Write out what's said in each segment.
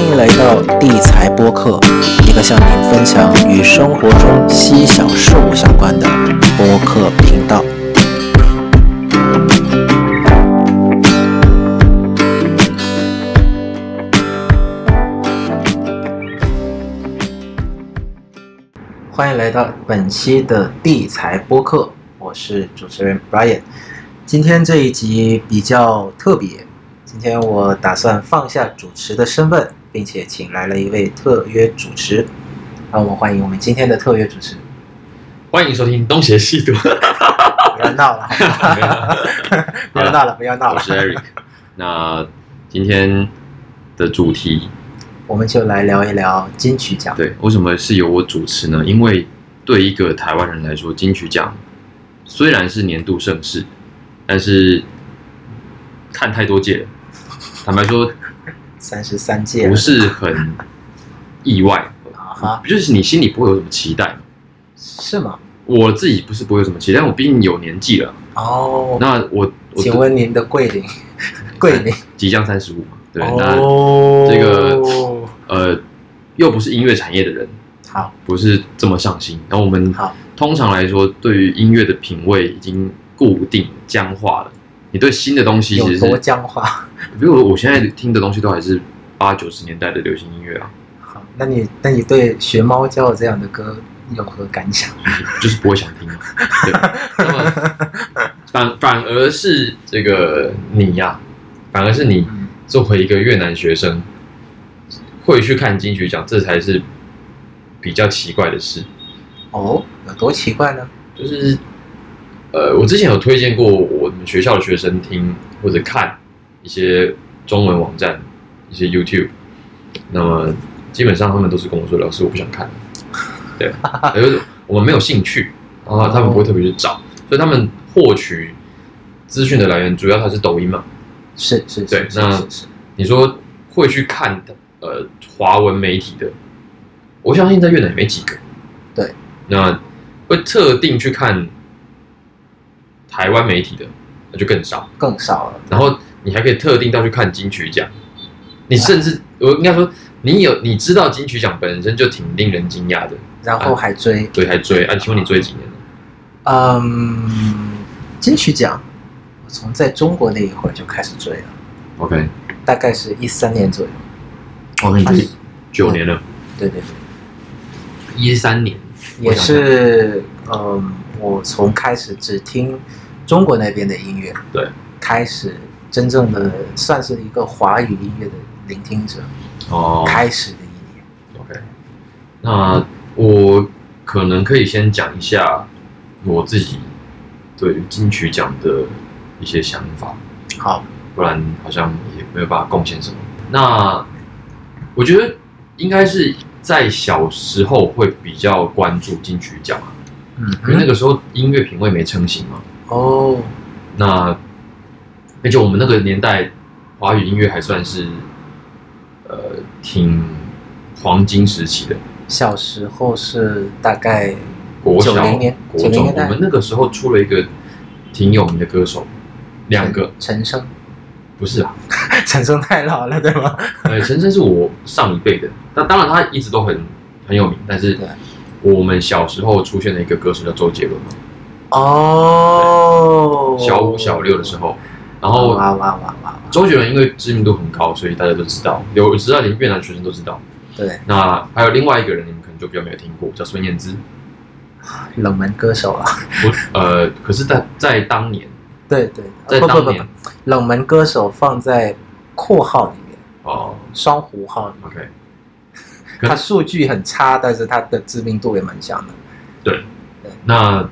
迎来到地财播客，一个向您分享与生活中细小事物相关的播客频道。欢迎来到本期的地财播客，我是主持人 Brian。今天这一集比较特别，今天我打算放下主持的身份，并且请来了一位特约主持。让我们欢迎我们今天的特约主持。欢迎收听《东邪西毒》，不要闹了， 不要闹了，不要闹我了。是 Eric。那今天的主题，我们就来聊一聊金曲奖。对，为什么是由我主持呢？因为对一个台湾人来说，金曲奖虽然是年度盛事，但是看太多届了，坦白说三十三届了不是很意外，啊哈，就是你心里不会有什么期待。是吗？我自己不是不会有什么期待，但我毕竟有年纪了。哦，那我我请问您的桂林， 桂林即将三十五嘛，对，那哦，这个呃，又不是音乐产业的人，好不是这么上心。然后我们好通常来说，对于音乐的品味已经固定僵化了。你对新的东西其有实多是，僵化？比如我现在听的东西都还是八九十年代的流行音乐啊，好，那你那你对学猫叫这样的歌有何感想？就是不会想听啊。对，那么 反反而是这个你呀、反而是你嗯，作为一个越南学生，会去看金曲奖，这才是比较奇怪的事。哦，有多奇怪呢？就是呃，我之前有推荐过我们学校的学生听或者看一些中文网站，一些 YouTube。那么基本上他们都是跟我说，老师我不想看，对，也就是我们没有兴趣，然后他们不会特别去找，所以他们获取资讯的来源主要还是抖音嘛。是是对是那是是是，你说会去看的呃华文媒体的，我相信在越南也没几个。对，那会特定去看台湾媒体的，那就更少。更少了。然后你还可以特定到去看金曲奖，你甚至、我应该说，你有你知道金曲奖本身就挺令人惊讶的，然后还追，对，还追啊？请问你追几年了？嗯，金曲奖，我从在中国那一会儿就开始追了， OK，大概是一三年左右。我跟你二十追九年了，对对对。一三年也是，嗯，我从开始只听中国那边的音乐，对，开始真正的算是一个华语音乐的聆听者，哦，开始的一年， OK，那我可能可以先讲一下我自己对于金曲奖的一些想法，好，不然好像也没有办法贡献什么。那我觉得应该是在小时候会比较关注金曲奖啊，嗯因为那哼，个时候音乐品味没成型嘛。哦，那而且我们那个年代华语音乐还算是呃挺黄金时期的。小时候是大概国小、 90年国90中，年代我们那个时候出了一个挺有名的歌手，两个陈升， 不是啊，陈升太老了，对吗？呃，陈升是我上一辈的，那当然他一直都很很有名，但是对我们小时候出现的一个歌手叫周杰伦嘛，哦，小五小六的时，候，然后哇哇哇哇，周杰伦因为知名度很高，所以大家都知道，有知道连越南学生都知道。对，那还有另外一个人，你们可能就比较没有听过，叫孙燕姿。冷门歌手啊， 我呃，可是在在当年，对对，在不不当不年不，冷门歌手放在括号里面，哦双弧号里面。 ，OK，可他数据很差，但是他的知名度也蛮强的。那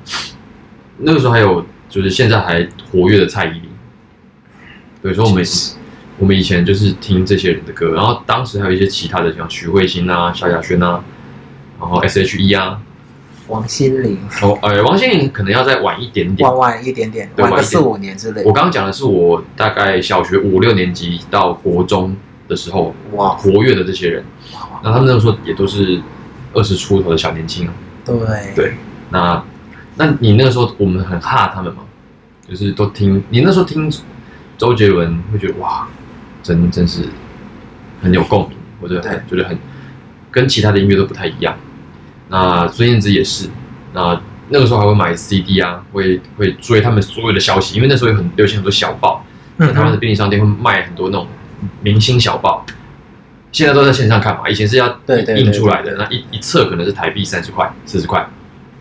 那个时候还有就是现在还活跃的蔡依林，对，所以我们我们以前就是听这些人的歌，然后当时还有一些其他的像徐慧欣啊、萧亚轩啊，然后 S.H.E 啊，王心凌然后呃王心凌可能要再晚一点点。晚晚一点点，对晚个晚一四点五年之类我。刚刚讲的是我大概小学五六年级到国中的时候哇，活跃的这些人，那他们那个时候也都是二十出头的小年轻啊。对对那那你那个时候我们很怕他们嘛，就是都听你那时候听周杰伦会觉得哇，真真是很有共鸣，我觉得很觉得很跟其他的音乐都不太一样。那孙燕姿也是，那那个时候还会买 CD 啊，会会追他们所有的消息，因为那时候有很流行很多小报，嗯在台湾的便利商店会卖很多那种明星小报，现在都在线上看嘛，以前是要对对对印出来的，那一一册可能是台币三十块、四十块，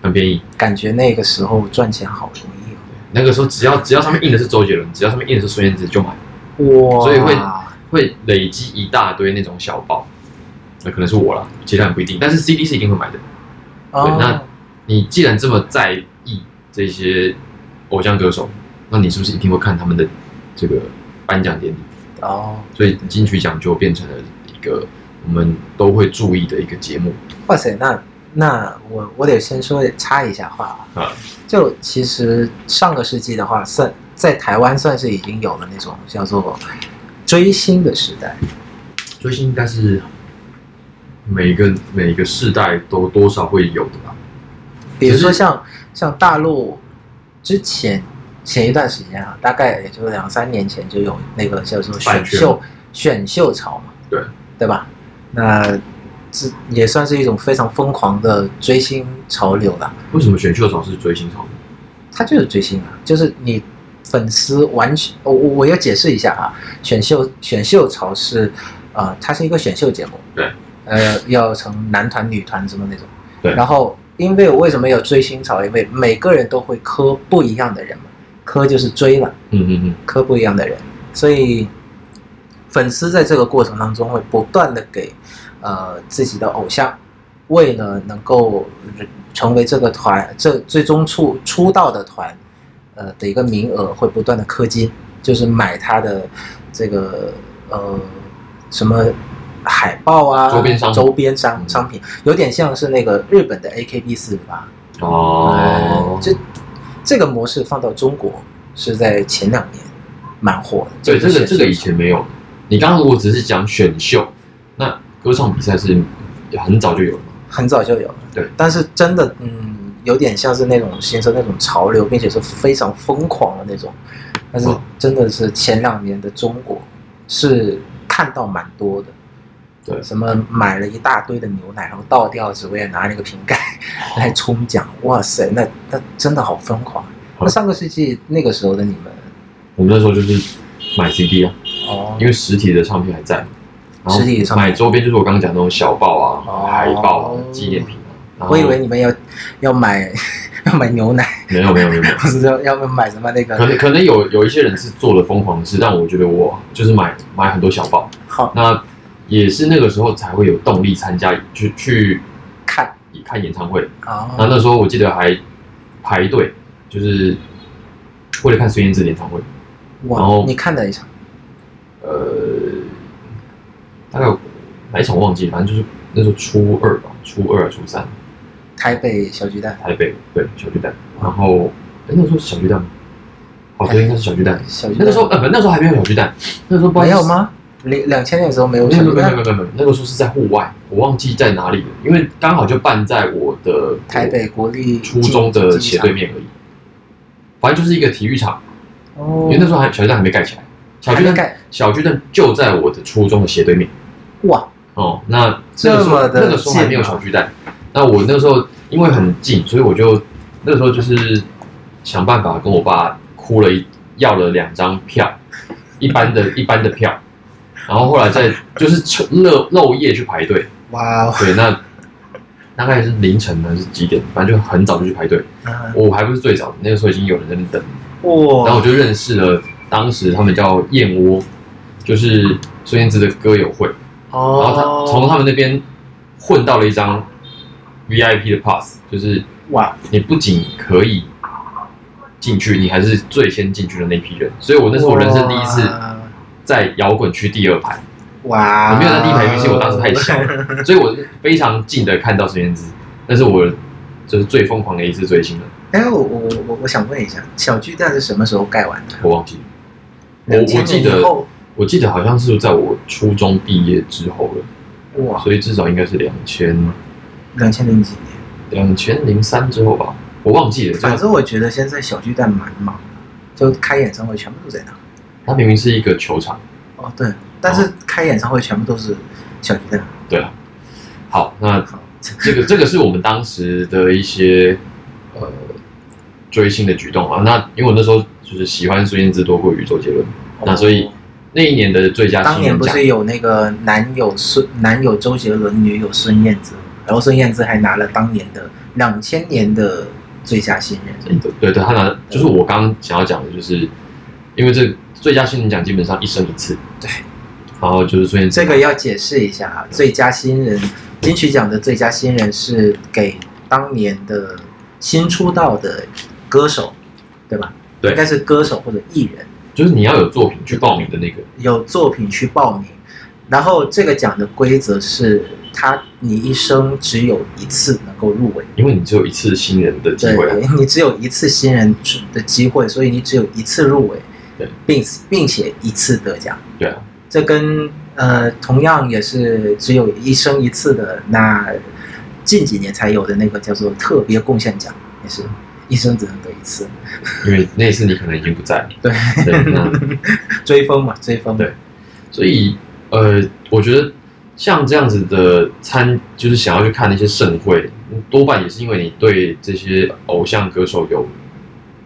很便宜。嗯感觉那个时候赚钱好容易哦。那个时候只要只要上面印的是周杰伦，只要上面印的是孙燕姿就买，哦哇，所以会会累积一大堆那种小报，那可能是我啦，其他人不一定，但是 CD 是一定会买的。哦，那你既然这么在意这些偶像歌手，那你是不是一定会看他们的这个颁奖典礼？哦，所以金曲奖就变成了一个我们都会注意的一个节目。哇塞，那那我我得先说插一下话啊，就其实上个世纪的话，算在台湾算是已经有了那种叫做追星的时代，追星应该是每一个每一个世代都多少会有的吧？比如说就是像像大陆之前前一段时间啊，大概也就两三年前就有那个叫做选饭圈秀选秀潮嘛，对对吧？那这也算是一种非常疯狂的追星潮流了。为什么选秀潮是追星潮？它就是追星啊，就是你粉丝完全，我我我要解释一下啊，选秀选秀潮是，呃，它是一个选秀节目，对，呃，要成男团、女团什么那种，对然后，因为我为什么有追星潮？因为每个人都会磕不一样的人嘛，磕就是追了，嗯嗯嗯，磕不一样的人，所以粉丝在这个过程当中会不断的给呃自己的偶像，为了能够成为这个团这最终出出道的团呃的一个名额，会不断的氪金，就是买他的这个呃什么。海报啊，周边商品周边商商品有点像是那个日本的 AKB 四八，哦，哎这这个模式放到中国是在前两年蛮火的。对，这个是这个以前没有。你刚刚如果只是讲选秀，那歌唱比赛是很早就有了嘛？很早就有了。对，但是真的，嗯，有点像是那种形成那种潮流，并且是非常疯狂的那种。但是嗯真的是前两年的中国是看到蛮多的。对什么买了一大堆的牛奶，然后倒掉，只为了拿那个瓶盖 哦来冲奖。哇塞，那那真的好疯狂！哦那上个世纪那个时候的你们，我们那时候就是买 CD 啊，哦，因为实体的唱片还在，然后实体的唱片买周边就是我刚刚讲的那种小报啊、哦海报啊、纪念品啊。然后我以为你们要要买要买牛奶，没有没有没有 没有，不是要要不买什么那可能个可能有有一些人是做了疯狂的事，但我觉得我就是买买很多小报，好那也是那个时候才会有动力参加去去看看演唱会。然后哦，那时候我记得还排队，就是为了看孙燕姿的演唱会。然哇后，你看了一场，呃，大概有哪一场忘记，反正就是那时候初二吧，初二还啊是初三，台北小巨蛋，台北对小巨蛋。然后哎，那时候是小巨蛋吗？哦，对，应该是小巨蛋。哎小巨蛋那个时候呃，不，那时候还没有小巨蛋，那时候不知道没有？是吗？两两千年的时候没有没小有巨没有没有没蛋，有没有，那个时候是在户外，我忘记在哪里了，因为刚好就办在我的台北国立初中的机斜场对，面而已。反正就是一个体育场，哦因为那时候还小巨蛋还没盖起来，小还巨没蛋盖，小巨蛋就在我的初中的斜对面。哇，哦，那这那个时么候的那个时候还没有近啊小巨蛋，那我那时候因为很近，所以我就那个时候就是想办法跟我爸哭了一要了两张票，一般的一般的票，然后后来再就是趁漏漏夜去排队，哇哦，对，那大概是凌晨还是几点，反正就很早就去排队，啊我还不是最早的，那个时候已经有人在那等，然后我哇，就认识了当时他们叫燕窝，就是孙燕姿的歌友会。然哦后他从他们那边混到了一张 VIP 的 pass，就是哇，你不仅可以进去，你还是最先进去的那批人。所以我那是我人生第一次哇在摇滚区第二排，哇，我没有在第一排，因为是我当时太小，了，所以我非常近的看到孙燕姿，那是我就是最疯狂的一次追星了， 哎，我我我我想问一下，小巨蛋是什么时候盖完的？我忘记了。我我2000记年以得后我记得好像是在我初中毕业之后了，哇，所以至少应该是两千两千零几年。两千零三之后吧，我忘记了。反正我觉得现在小巨蛋蛮忙的，就开演唱会全部都在那。它明明是一个球场，哦，对，但是开演唱会全部都是小提灯。对啊。好，那好，这 个这个是我们当时的一些呃追星的举动啊。那因为我那时候就是喜欢孙燕姿多过于周杰伦，那所以那一年的最佳哦当新年人不奖，是有那个男友孙男友周杰伦，女友孙燕姿，然后孙燕姿还拿了当年的两千年的最佳新人。对对对，他拿就是我刚刚想要讲的，就是因为这最佳新人奖基本上一生一次，对，然后就是孙燕姿这个要解释一下啊，最佳新人金曲奖的最佳新人是给当年的新出道的歌手，对吧？对应该是歌手或者艺人。就是你要有作品去报名的那个，有作品去报名，然后这个奖的规则是，他你一生只有一次能够入围，因为你只有一次新人的机对会啊，你只有一次新人的机会，所以你只有一次入围对，并并且一次得奖，对啊，这跟呃同样也是只有一生一次的那近几年才有的那个叫做特别贡献奖，也是一生只能得一次，因为那一次你可能已经不在了， 对，对，那追风嘛，追风，对所以呃，我觉得像这样子的参，就是想要去看那些盛会，多半也是因为你对这些偶像歌手有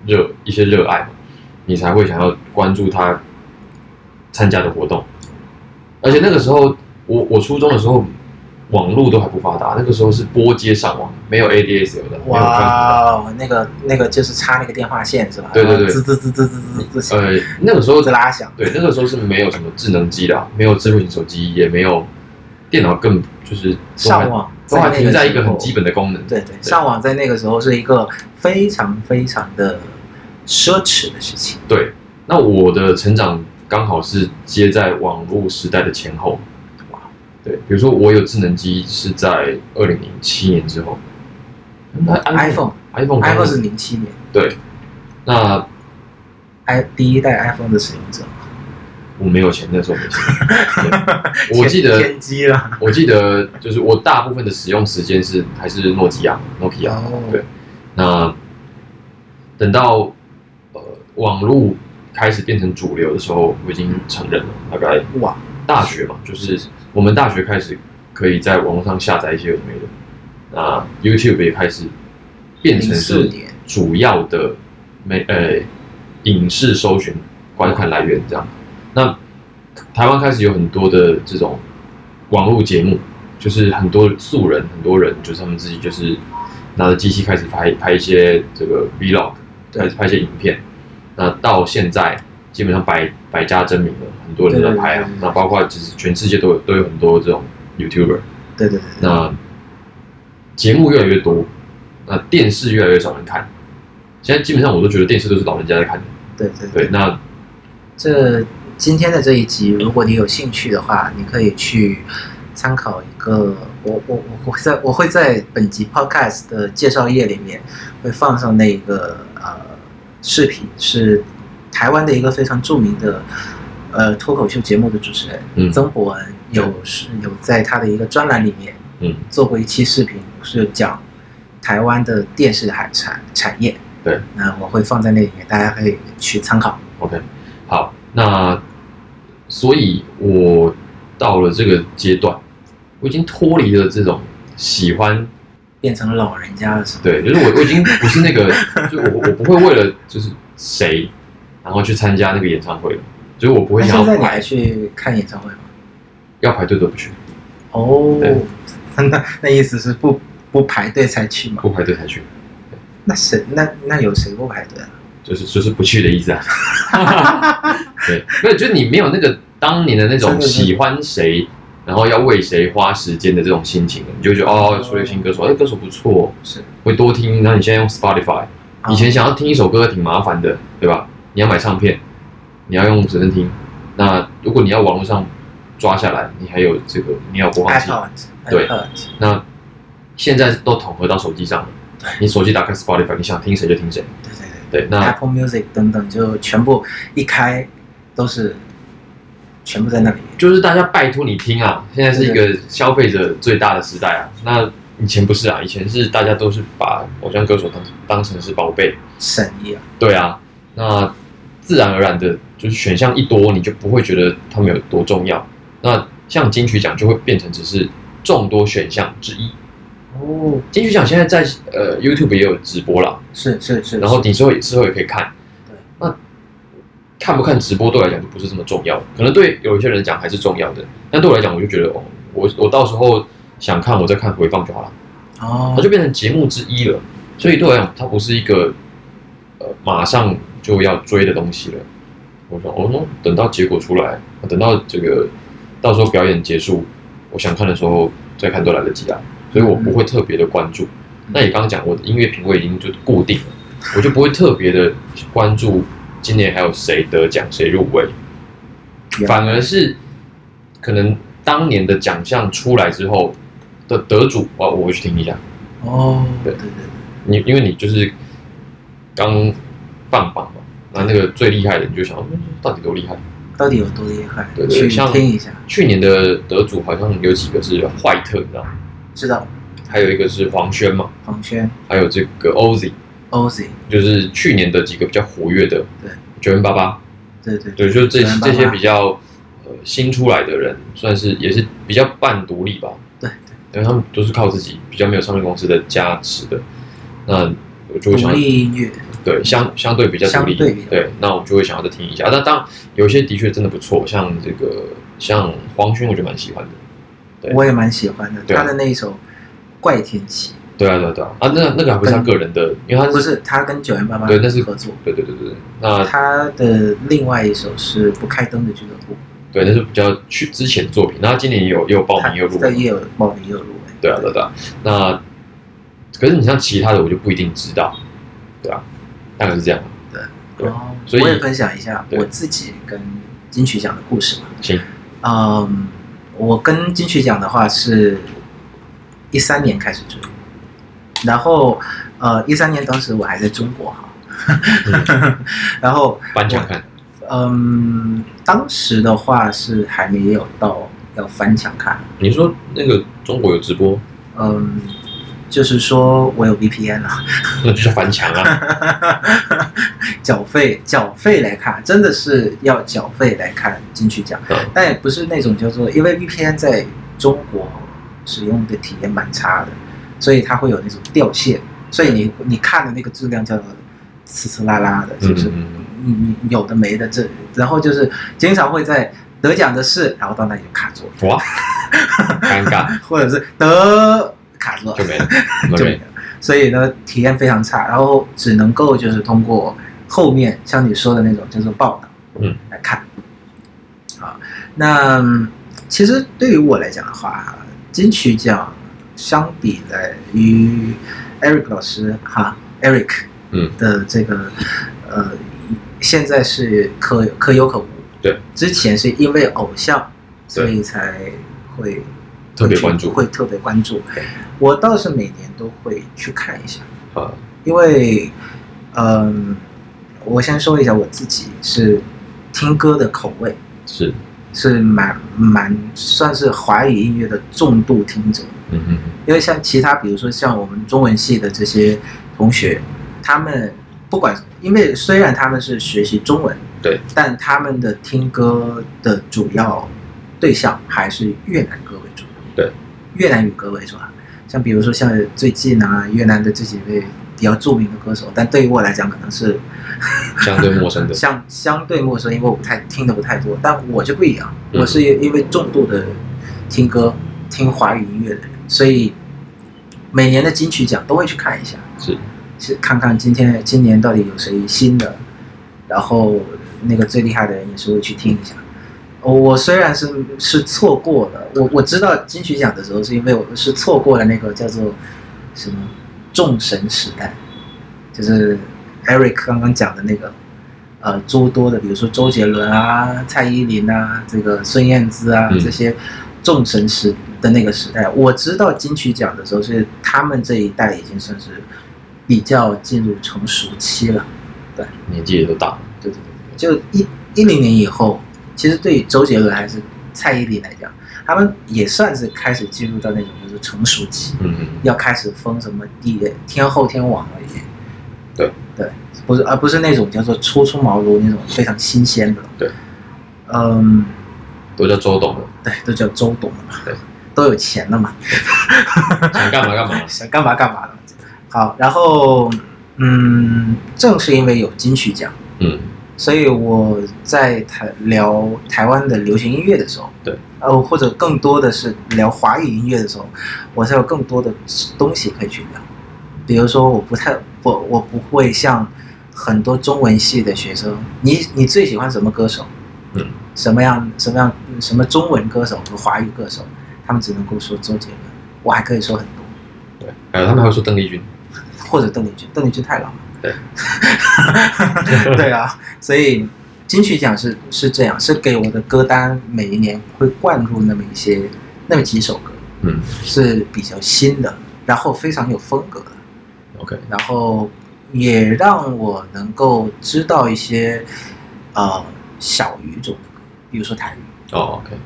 热一些热爱嘛，你才会想要关注他参加的活动。而且那个时候，我我初中的时候，网络都还不发达，那个时候是拨接上网，没有 ADSL 的，没有宽频的。哇哦，那个那个就是插那个电话线是吧？对对对滋滋滋滋滋滋滋响，呃，那个时候滋啦响。对，那个时候是没有什么智能机的啊、没有智慧型手机，也没有电脑更，就是都还上网都在还那停个在时一个很候基本的功能。对对，上网在那个时候是一个非常非常的奢侈的事情。对，那我的成长刚好是接在网络时代的前后。哇，对，比如说我有智能机是在二零零七年之后，那 iPhone iPhone 刚 iPhone 是零七年对，那，i 第一代 iPhone 的使用者，我没有钱，那时候没 钱。对我记得天机了。我记得就是我大部分的使用时间是还是诺基亚，Nokia。哦对，那等到呃网络开始变成主流的时候，我已经成人了，大概哇，大学嘛，就是我们大学开始可以在网络上下载一些有的没的，那 YouTube 也开始变成04是年主要的媒呃影视搜寻观看来源这样。那台湾开始有很多的这种网络节目，就是很多素人，很多人就是他们自己就是拿着机器开始拍拍一些这个 vlog，对开始拍一些影片。那到现在基本上百百家争鸣了，很多人都在拍对对啊对。对那包括其实全世界都有都有很多这种 YouTuber。对对对对，那节目越来越多，那电视越来越少人看。现在基本上我都觉得电视都是老人家在看的。对对对，那这今天的这一集，如果你有兴趣的话，你可以去参考一个，我我我会在我会在本集 podcast 的介绍页里面会放上那个呃视频，是台湾的一个非常著名的呃脱口秀节目的主持人、嗯曾博文有是有在他的一个专栏里面嗯，做过一期视频，是讲台湾的电视海产产业。对，那我会放在那里面，大家可以去参考。 OK，好，那所以我到了这个阶段，我已经脱离了这种喜欢，变成老人家的时候，对，就是我我已经不是那个，就我我不会为了就是谁，然后去参加那个演唱会了，就是我不会那想现在要你排还去看演唱会吗？要排队都不去，哦对， 那那意思是不不排队才去吗？不排队才去，那谁那那有谁不排队啊？就是就是不去的意 思啊。对，没有，就是你没有那个当年的那真种的是喜欢谁，然后要为谁花时间的这种心情了，你就觉得哦，出了一个新歌手，哎，歌手不错哦，是啊会多听。然后你现在用 Spotify，以前想要听一首歌挺麻烦的，对吧？你要买唱片，你要用随身听。那如果你要网络上抓下来，你还有这个，你要有播放器。 iPod 对 iPod 那现在都统合到手机上了对，你手机打开 Spotify，你想听谁就听谁。对对对对，那，Apple Music 等等，就全部一开都是全部在那里面。就是大家拜托你听啊，现在是一个消费者最大的时代啊。那以前不是啊，以前是大家都是把偶像歌手当当成是宝贝，神一样，对啊，那自然而然的就是选项一多，你就不会觉得他们有多重要。那像金曲奖就会变成只是众多选项之一。哦，金曲奖现在在呃 YouTube 也有直播啦，是是是，然后你之后也之后也可以看对。那看不看直播对我来讲就不是这么重要，可能对有一些人讲还是重要的，但对我来讲我就觉得哦，我我到时候想看我再看回放就好了，是哦它，就变成节目之一了。所以对我来讲，它不是一个呃马上就要追的东西了。我说哦，那等到结果出来，等到这个到时候表演结束，我想看的时候再看都来得及啊。所以我不会特别的关注。那你刚刚讲我的音乐品味已经就固定了，我就不会特别的关注今年还有谁得奖、谁入围，反而是可能当年的奖项出来之后的得主啊，我会去听一下。哦，对对对对，你因为你就是刚放榜嘛，那那个最厉害的你就想，嗯到底多厉害？到底有多厉害？对对去像听一下，去年的得主好像有几个是坏特，你知道吗？知道还有一个是黄轩嘛，黄轩、还有这个 OZ， OZ，就是去年的几个比较活跃的，对，九零八八，对对对，就是这九零八这八些比较呃新出来的人，算是也是比较半独立吧，对，因为他们都是靠自己，比较没有唱片公司的加持的，那我独就会想立音乐，对，相相对比较独立，相对比较那我就会想要再听一下。但当然，有一些的确真的不错，像这个像黄轩，我就蛮喜欢的。对我也蛮喜欢的，对啊他的那一首《怪天气对啊，对啊，对啊，啊，那那个还不是他个人的，因为》，他不是他跟九零八八对，那是呃合作，对对对对对，那他的另外一首是《不开灯的俱乐部》，对那是比较去之前的作品。那他今年也有也有报他名，也有入对围，也有报名，也有入围，对啊，对啊对啊。那可是你像其他的，我就不一定知道，对啊，大概是这样。对哦，所以我也分享一下对我自己跟金曲奖的故事嘛。行，嗯，我跟金曲奖的话是一三年开始追，然后呃，一三年当时我还在中国哈，嗯 然后翻墙看，嗯，当时的话是还没有到要翻墙看，你说那个中国有直播，嗯，就是说我有 VPN 了。那就是翻墙啊， 缴费缴费来看，真的是要缴费来看金曲奖嗯，但也不是那种叫做，因为 VPN 在中国使用的体验蛮差的，所以它会有那种掉线，所以你你看的那个质量叫做呲呲啦啦的，嗯 是不是？嗯嗯你你你有的没的这，然后就是经常会在得奖的是，然后到那里就卡住了，嗯哇，尴尬或者是得卡住了就，没了，没就了没。了所以呢，体验非常差，然后只能够就是通过后面像你说的那种叫做报道，嗯，来看。啊，那嗯其实对于我来讲的话，金曲奖相比来于 Eric 老师哈，Eric 嗯的这个、呃，现在是可可有可无，对，之前是因为偶像，对所以才会特别关注会特别关注对。我倒是每年都会去看一下，啊，因为，嗯，我先说一下我自己是听歌的口味是，是蛮蛮算是华语音乐的重度听者，嗯嗯因为像其他比如说像我们中文系的这些同学，他们不管因为虽然他们是学习中文，对，但他们的听歌的主要对象还是越南歌为主，对，越南语歌为主啊。像比如说像最近啊，越南的这几位比较著名的歌手，但对于我来讲可能是嗯，相对陌生 的，相相对陌生，因为我不太听的不太多，但我就不一样，嗯我是因为重度的听歌、听华语音乐的人，所以每年的金曲奖都会去看一下，是，去看看今天今年到底有谁新的，然后那个最厉害的人也是会去听一下。我虽然是是错过了，我我知道金曲奖的时候是因为我是错过了那个叫做什么众神时代，就是 Eric 刚刚讲的那个，呃，诸多的，比如说周杰伦啊、蔡依林啊、这个孙燕姿啊、嗯这些众神时的那个时代。我知道金曲奖的时候是他们这一代已经算是比较进入成熟期了，年纪也都大了，对对对，对就一一零年以后，其实对于周杰伦还是蔡依林来讲，他们也算是开始进入到那种就是成熟期。嗯嗯，要开始封什么地天后天王了，已经。对不是而不是那种叫做初出茅庐那种非常新鲜的。对，嗯，都叫周董 了，对，都叫周董了嘛，对，都有钱了嘛，。想干嘛干嘛想干嘛干嘛了。好，然后嗯，正是因为有金曲奖，嗯，所以我在台聊台湾的流行音乐的时候，对，呃，或者更多的是聊华语音乐的时候，我才有更多的东西可以去聊。比如说，我不太我我不会像很多中文系的学生，你你最喜欢什么歌手？嗯，什么样什么样什么中文歌手和华语歌手，他们只能够说周杰伦，我还可以说很多。对，还有他们还会说邓丽君，或者邓丽君，邓丽君太老了。对， 对啊，所以金曲奖是是这样，是给我的歌单每一年会灌入那么一些那么几首歌嗯是比较新的，然后非常有风格的， ，OK，然后也让我能够知道一些呃小语种，比如说台语。哦，OK，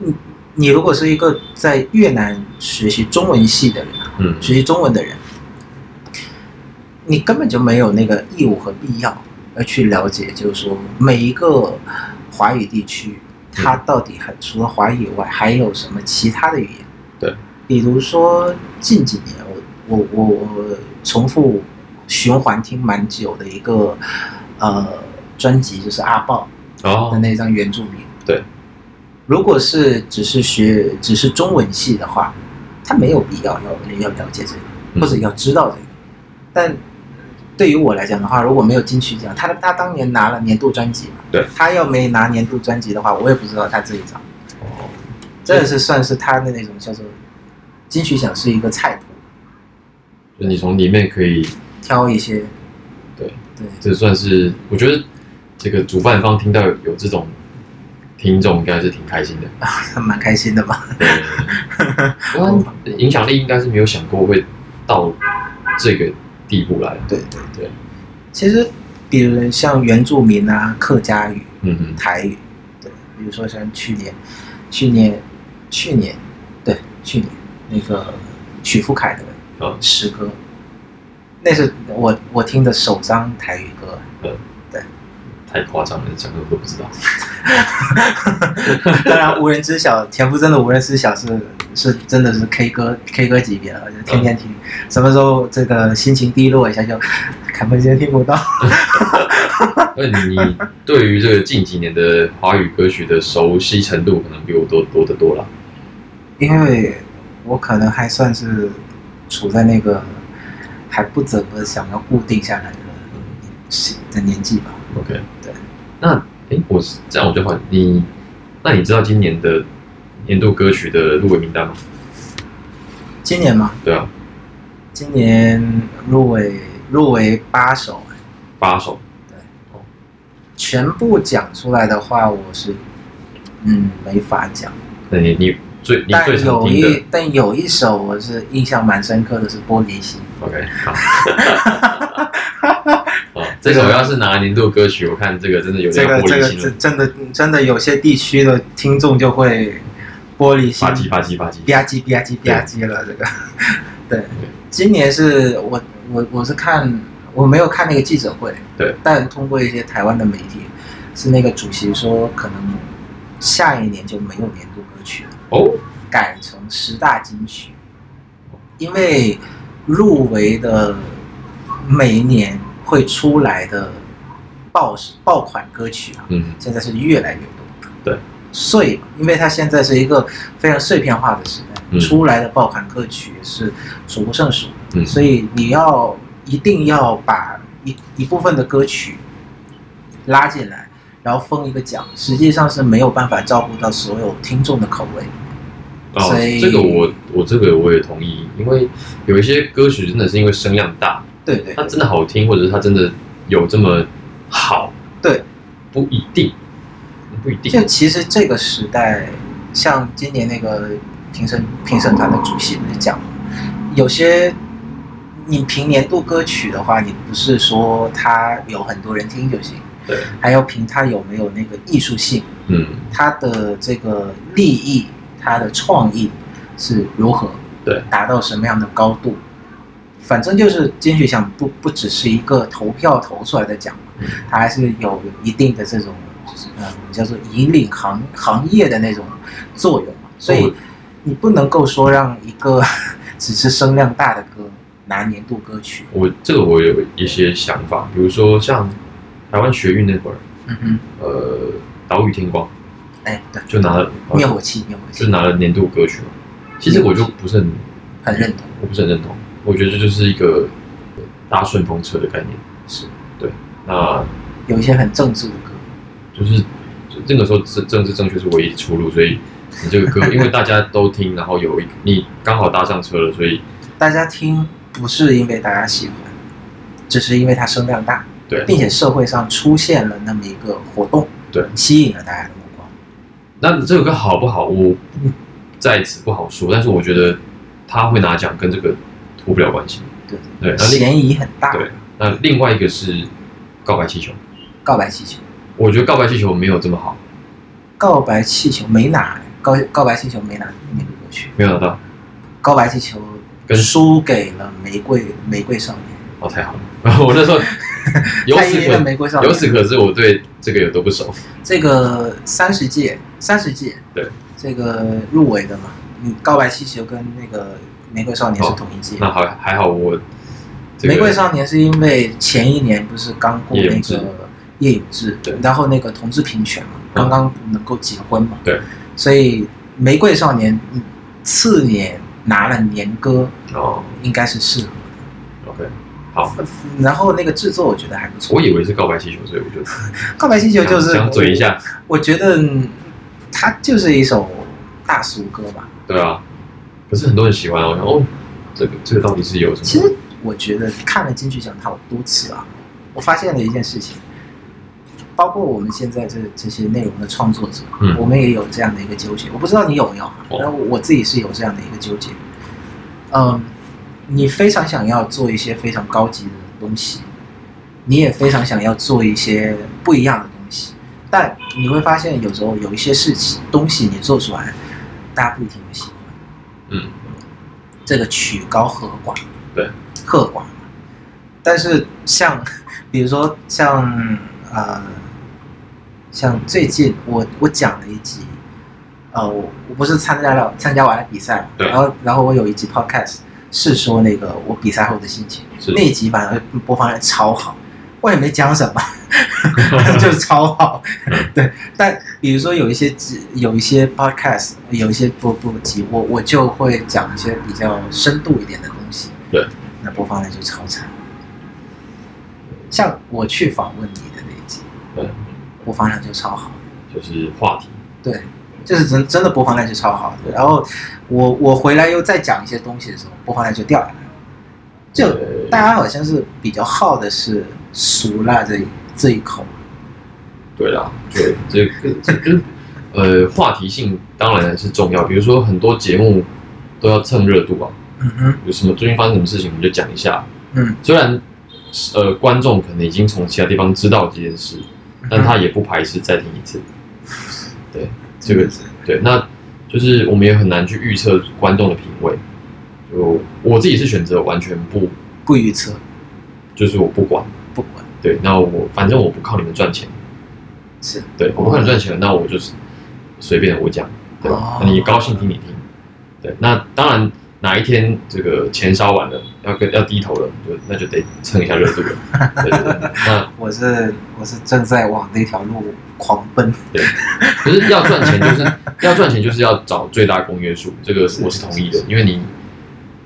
你你如果是一个在越南学习中文系的人啊，嗯学习中文的人，你根本就没有那个义务和必要要去了解，就是说每一个华语地区，它到底还除了华语以外，还有什么其他的语言？对，比如说近几年我我我我重复循环听蛮久的一个呃专辑，就是阿豹的哦，那张原住民。对，如果是只是学只是中文系的话，他没有必要要要了解这个，嗯或者要知道这个。但对于我来讲的话，如果没有金曲奖，他他当年拿了年度专辑嘛，对，他要没拿年度专辑的话，我也不知道他这一张。哦这是算是他的那种叫做金曲奖是一个菜谱，就你从里面可以，挑一些对，对这算是我觉得这个主办方听到有有这种听众，应该是挺开心的。还蛮开心的吧。对，我嗯影响力应该是没有想过会到这个地步来。对对对，其实比如像原住民啊、客家语，嗯嗯，台语，对，比如说像去年，去年，去年，对，去年那个许富凯啊的诗歌，那是我我听的首张台语歌， 太夸张了，讲的我都不知道。当然无人知晓，田馥甄的无人知晓是是真的是 K 歌 K 歌级别了，就天天听，什么时候这个心情低落一下就 看不见听不到，那你对于这个近几年的华语歌曲的熟悉程度，可能比我多多得多了。因为我可能还算是处在那个还不怎么想要固定下来的是的年纪吧。 OK，对。那诶，我是这样我就换你，那你知道今年的年度歌曲的入围名单吗？今年嘛，对啊，今年入围入围八首，八首。全部讲出来的话，我是嗯没法讲。那你你最你但最常有听的一但有一首我是印象蛮深刻的是《玻璃心 OK，好。 哦，这首要是拿年度歌曲，我看这个真的有》，这点个玻这璃个心这了，真的真的有些地区的听众就会玻璃心吧唧吧唧吧吧唧。唧吧唧吧唧了，这个对对。今年是我我我是看我没有看那个记者会，对，但通过一些台湾的媒体，是那个主席说可能下一年就没有年度歌曲了，哦，改成十大金曲，因为入围的每一年会出来的爆爆款歌曲啊，嗯，现在是越来越多。对，碎，因为它现在是一个非常碎片化的时代，嗯出来的爆款歌曲是数不胜数，嗯所以你要一定要把一一部分的歌曲拉进来，然后封一个奖，实际上是没有办法照顾到所有听众的口味。哦所以，这个我我这个我也同意，因为有一些歌曲真的是因为声量大，对对它真的好听，或者是它真的有这么好，对，不一定，不一定就。其实这个时代，像今年那个评审评审团的主席不是讲，有些你评年度歌曲的话，你不是说它有很多人听就行，对，还要评它有没有那个艺术性，嗯，它的这个立意，它的创意是如何，对，达到什么样的高度。反正就是金曲奖不不只是一个投票投出来的奖嘛嗯，它还是有有一定的这种就是呃我们叫做引领行行业的那种作用嘛，所以嗯你不能够说让一个 只是声量大的歌拿年度歌曲，我这个我有一些想法，比如说像台湾学运那会儿，嗯哼，呃，岛屿天光哎，对，就拿了，呃灭火器，灭火就器，拿了年度歌曲嘛。其实我就不是很，很认同，我不是很认同，我觉得这就是一个呃搭顺风车的概念。是对，那有一些很政治的歌，就是就那个时候政政治正确是唯一出路，所以你这个歌，因为大家都听，然后有一你刚好搭上车了，所以大家听不是因为大家喜欢，只是因为它声量大，对，并且社会上出现了那么一个活动，对吸引了大家的目光。那这首歌好不好，我不在此不好说，但是我觉得他会拿奖跟这个脱不了关系。对对，那另嫌疑很大。对，那另外一个是《告白气球》，告白气球，我觉得《告白气球》没有这么好，告白气球没拿，告告白气球没拿那个歌曲，没有拿到，告白气球跟输给了玫瑰玫瑰少年，哦，太好了。 然后 我那时候由蔡依林的此玫瑰少可年。由此可知，我对这个有多不熟。这个三十届，三十届，对，这个入围的嘛，嗯，告白气球跟那个玫瑰少年哦是同一届。那好，还好我这个玫瑰少年是因为前一年不是刚过叶永那志个叶永志对，嗯然后那个同志平权嘛，刚刚能够结婚嘛，对，所以玫瑰少年嗯次年拿了年歌，哦应该是适合。 ，OK，好，然后那个制作我觉得还不错，我以为是《告白气球》，所以我 就告白气球就是想想嘴一下，我觉得嗯它就是一首大俗歌吧。对啊。可是很多人喜欢啊，我想哦，这个这个到底是有什么？其实我觉得看了金曲奖好多次啊，我发现了一件事情，包括我们现在这这些内容的创作者，嗯我们也有这样的一个纠结。我不知道你有没有啊，然后我自己是有这样的一个纠结。嗯，你非常想要做一些非常高级的东西，你也非常想要做一些不一样的东西，但你会发现有时候有一些事情东西你做出来，大家不一定会喜欢。嗯，这个曲高和寡，对，和寡。但是像 比如说像呃，像最近我我讲了一集，呃，我我不是参加了参加完了比赛嘛，对然后然后我有一集 podcast 是说那个我比赛后的心情，是那一集反而播放量超好，我也没讲什么，就是超好。对，但比如说有一些集，有一些 podcast，有一些播播集，我我就会讲一些比较深度一点的东西。对，那播放量就超差。像我去访问你的那一集，对，播放量就超好。就是话题。对，就是真真的播放量就超好的。然后我我回来又再讲一些东西的时候，播放量就掉下来了。就对大家好像是比较好的是熟辣这一这一口，对啦，对这个这跟呃话题性当然是重要，比如说很多节目都要蹭热度啊，嗯哼，有什么最近发生什么事情我们就讲一下。嗯，虽然呃观众可能已经从其他地方知道这件事，但他也不排斥再听一次。对，这个是对，那就是我们也很难去预测观众的品味。就我自己是选择完全不，不预测，就是我不管。不管对，那我反正我不靠你们赚钱，是对，我不可能赚钱，那我就是随便我讲，对吧哦？那你高兴听你听，对。那当然，哪一天这个钱烧完了，要跟要低头了，就那就得蹭一下热度了。对对对。那我是我是正在往那条路狂奔，可是要赚钱，就是 要赚钱，就是要找最大公约数，这个是我是同意的是，因为你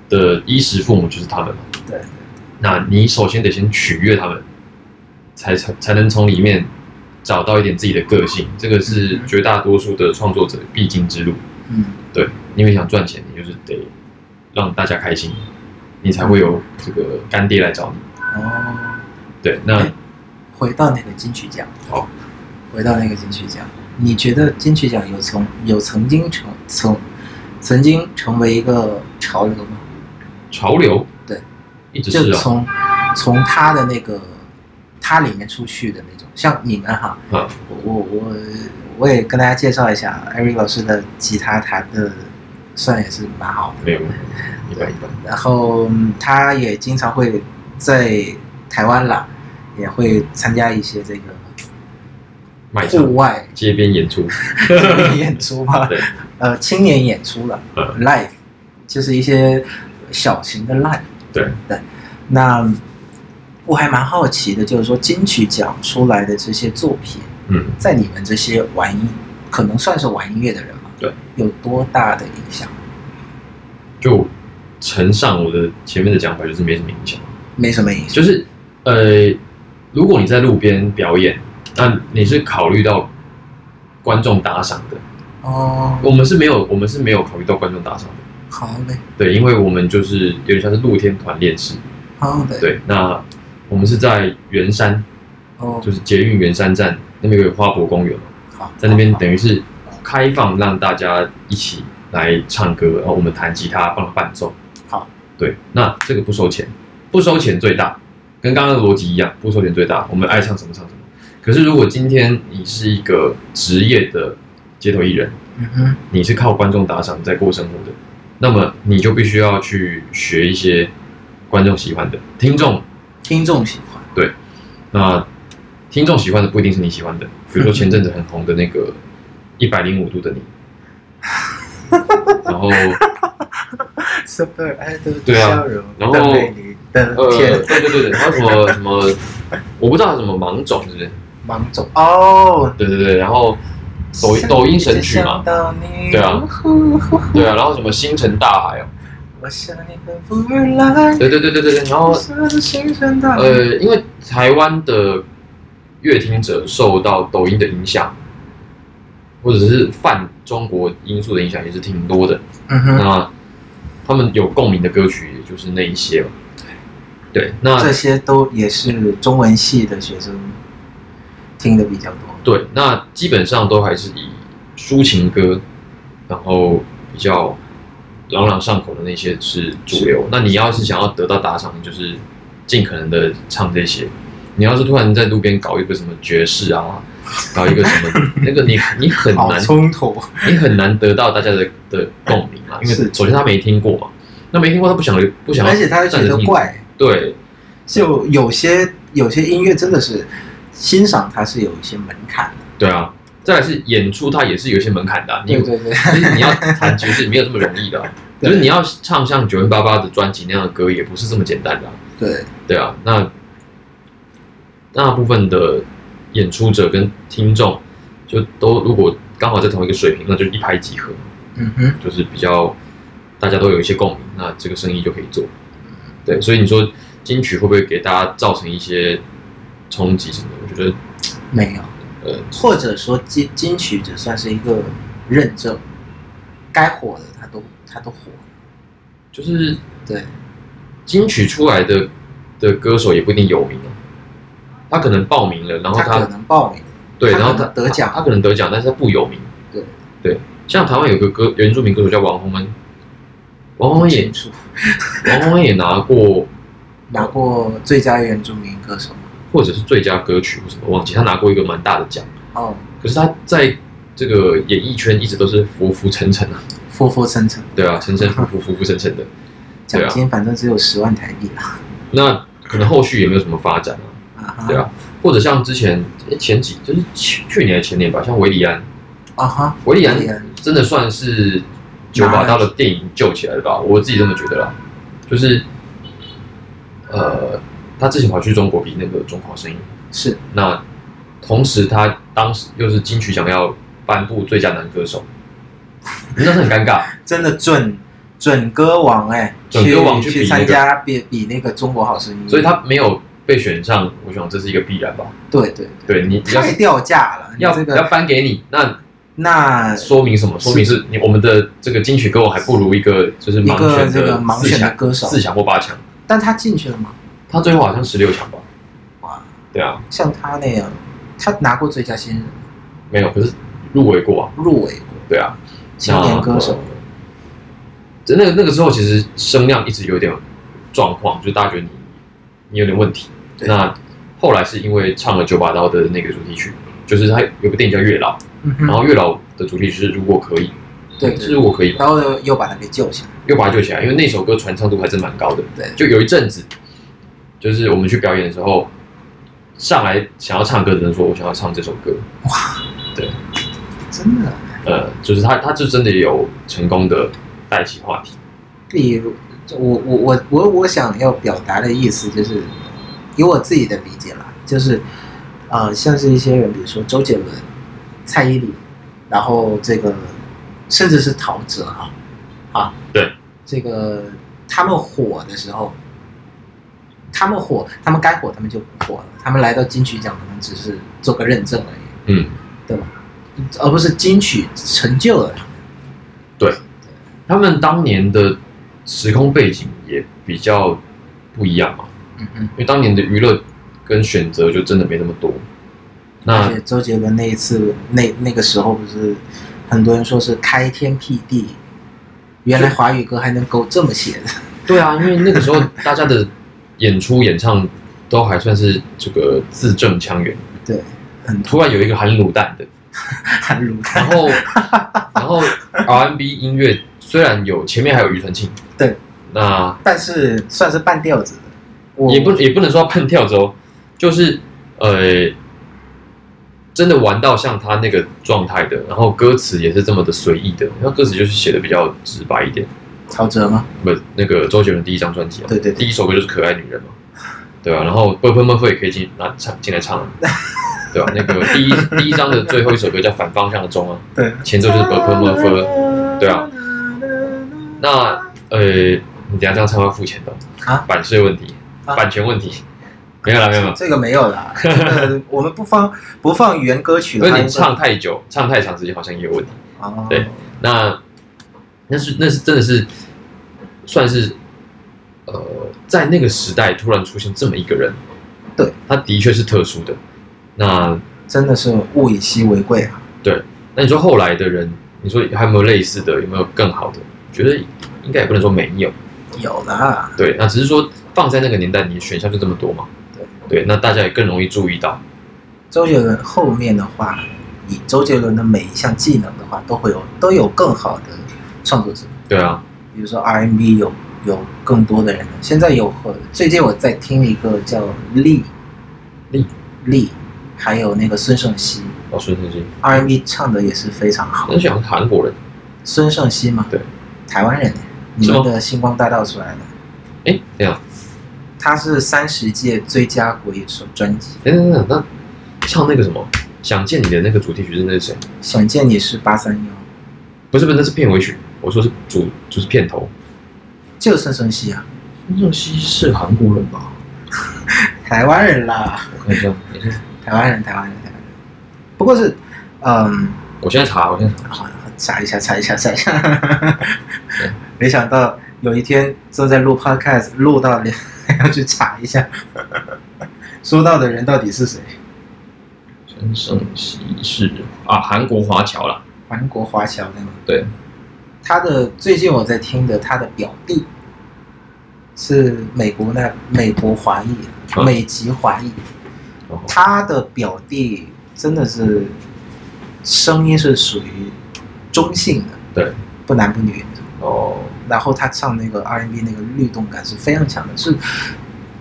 的衣食父母就是他们嘛。对。那你首先得先取悦他们，才才才能从里面找到一点自己的个性，这个是绝大多数的创作者必经之路。嗯，对，因为想赚钱，你就是得让大家开心，你才会有这个干爹来找你。哦，对，那哎回到那个金曲奖，好，回到那个金曲奖，你觉得金曲奖有曾有曾经成曾曾经成为一个潮流吗？潮流对，一直就是啊，从从他的那个他里面出去的那种，像你们哈，啊，我我我我也跟大家介绍一下，艾瑞老师的吉他弹的算也是蛮好的。没有没有，一般一般。然后嗯他也经常会在台湾啦，也会参加一些这个卖唱户外街边演出， 演出吧，对，呃，青年演出了、嗯 l i v e 就是一些小型的 live。对对，那我还蛮好奇的，就是说金曲奖出来的这些作品，嗯，在你们这些玩音，可能算是玩音乐的人嘛，对，有多大的影响？就乘上我的前面的讲法，就是没什么影响。没什么影响，就是呃，如果你在路边表演，那你是考虑到观众打赏的。哦，我们是没有，我们是没有考虑到观众打赏的。好嘞，对，因为我们就是有点像是露天团练式。好嘞，，对，那我们是在圆山，哦，就是捷运圆山站那边有个花博公园嘛，好，在那边好等于是开放让大家一起来唱歌，然后我们弹吉他帮他伴奏。好，对，那这个不收钱，不收钱最大，跟刚刚的逻辑一样，不收钱最大，我们爱唱什么唱什么。可是如果今天你是一个职业的街头艺人，嗯哼，你是靠观众打赏在过生活的，那么你就必须要去学一些观众喜欢的、听众听众喜欢，那听众喜欢的不一定是你喜欢的，比如说前阵子很红的那个《一百零五度的你》，然后 Super Idol 对啊笑容然后的美女的呃，天对对对对，还有什么什么，我不知道什么芒种是不是？芒种哦，对对对，然后抖抖音神曲嘛嘛，，对对啊，对啊，然后什么星辰大海哦，我想你的不来，对对对对对对，然后我想你星辰大海，呃，因为台湾的乐听者受到抖音的影响，或者是泛中国因素的影响也是挺多的，嗯哼，那他们有共鸣的歌曲，也就是那一些嘛。对，那这些都也是中文系的学生听的比较多，对，那基本上都还是以抒情歌，然后比较朗朗上口的那些是主流。那你要是想要得到打赏，你就是尽可能的唱这些。你要是突然在路边搞一个什么爵 士啊，搞一个什么那个你你很好难冲突，你很难得到大家的的共鸣啊，因为是首先他没听过嘛，那没听过他不想不想要，而且他会觉得，怪，对，就有些有些音乐真的是欣赏它是有一些门槛的，对啊，再来是演出，它也是有一些门槛的啊、你对对对，就是你要弹爵士没 有这么容易的啊、对就是你要唱像九零八八的专辑那样的歌，也不是这么简单的啊、对，对啊，那大部分的演出者跟听众就都如果刚好在同一个水平，那就一拍即合，嗯哼，就是比较大家都有一些共鸣，那这个生意就可以做。对，所以你说金曲会不会给大家造成一些冲击什么的？我觉得，没有。呃，或者说金金曲只算是一个认证，该火的它都它都火了，就是对，金曲出来的的歌手也不一定有名啊，他可能报名了，然后它他可能报名，对，他然后可他能得奖他，他可能得奖，但是他不有名。对对，像台湾有个歌原住民歌手叫王洪恩，王洪恩也清楚王洪恩也拿过，拿过最佳原住民歌手吗或者是最佳歌曲或什么忘记，他拿过一个蛮大的奖，哦，可是他在这个演艺圈一直都是浮浮沉沉啊，浮浮沉沉，对啊，沉沉浮浮浮浮沉沉的，对奖啊金反正只有十万台币啦，那可能后续也没有什么发展啊啊。哈，对啊，或者像之前诶前几就是去去年还前年吧，像维里安，啊哈，维里安维里安真的算是九把刀的电影救起来的吧，我自己这么觉得啦。就是呃，他之前跑去中国比那个《中华声音》，是那同时他当时又是金曲奖要颁布最佳男歌手，那是很尴 尬。真的准准歌王哎，准歌王去去比那参个加比比那个中国好声音，所以他没有被选上，我想这是一个必然吧。对对对你对，要太掉价了，你要这要个颁给你，那那说明什么？说明是你我们的这个金曲歌王还不如一个就是盲选一个这个的盲四选的强歌手四强或八强，但他进去了吗？他最后好像十六强吧？哇，对啊，像他那样，他拿过最佳新人，没有，可是入围过啊，入围过对啊，青年歌手，那那个那个时候其实声量一直有点状况，就大家觉得你你有点问题。对那后来是因为唱了九把刀的那个主题曲，就是他有个电影叫《月老》，嗯哼然后《月老》的主题曲是《如果可以》，对这如果可以然后呢又把他给救起来。又把它救起来，因为那首歌传唱度还是蛮高的。对就有一阵子，就是我们去表演的时候，上来想要唱歌的人说：“我想要唱这首歌。真的，”呃，就是他，他就真的有成功的带起话题。例如我我我我我想要表达的意思就是，以我自己的理解啦，就是呃，像是一些人，比如说周杰伦、蔡依林，然后这个甚至是陶喆啊啊，对，这个他们火的时候。他们火，他们该火，他们就不火了。他们来到金曲奖，可能只是做个认证而已。嗯，而不是金曲成就了他们。他们当年的时空背景也比较不一样嘛，嗯哼，因为当年的娱乐跟选择就真的没那么多。那而且周杰伦那一次，那那个时候不是很多人说是开天辟地，原来华语歌还能够这么写的。对啊，因为那个时候大家的演出演唱都还算是这个字正腔圆，对，很突然有一个含卤蛋的，很鲁然看。 后然后 R&B 音乐虽然有前面还有庾澄庆，对，那但是算是半吊子的。我也不也不能说半跳周，就是呃，真的玩到像他那个状态的，然后歌词也是这么的随意的，那歌词就是写的比较直白一点。陶喆吗？不，那个周杰伦第一张专辑啊，对对对第一首歌就是《可爱女人》嘛，对吧、然后《b u r p l e m u r p h y 也可以进拿唱进来唱啊，对吧、那个第一第一张的最后一首歌叫《反方向的钟》啊，对，前奏就是《b u r p l e m u r p h y 对啊。那呃，你等一下这样唱要付钱的哦啊版税问题，啊版权问题，没有啦，没有啦。这个没有啦，这 个我们不放不放原歌曲的因话，为你唱太久，唱太长时间好像也有问题。哦，对那那是那是真的是算是呃，在那个时代突然出现这么一个人，对，他的确是特殊的。那真的是物以稀为贵啊。那你说后来的人，你说还有没有类似的，有没有更好的？我觉得应该也不能说没有，有啦，对，那只是说放在那个年代，你选项就这么多嘛，对，那大家也更容易注意到，周杰伦后面的话，以周杰伦的每一项技能的话，都会有都有更好的创作者，对啊，比如说 R&B 有有更多的人。现在有呃最近我在听一个叫力力力，还有那个孙盛熙哦，孙胜熙， ，R&B 唱的也是非常好那。是好像韩国人，孙盛熙嘛，对，台湾人，你是吗们的星光大道出来的，哎，这样，他是三十届最佳国语首专辑，哎，等等，那唱那个什么《想见你》的那个主题曲是那是谁？ 《想见你》是八三幺，不是不是，那是片尾曲。我说是主，就是片头。就是孙盛熙啊，孙正熙是韩国人吧？台湾人啦。我看一下，等一下台湾人，台湾人，台湾人。不过是，嗯，我现在查，我现在查。好查一下，查一下，查一下。没想到有一天正在录 podcast，录到连要去查一下，说到的人到底是谁？孙正熙是啊，韩国华侨啦。韩国华侨对吗？对，他的最近我在听的，他的表弟是美国那美国华裔，嗯美籍华裔。然后他的表弟真的是声音是属于中性的，对，不男不女。哦，然后他唱那个 R&B 那个律动感是非常强的，是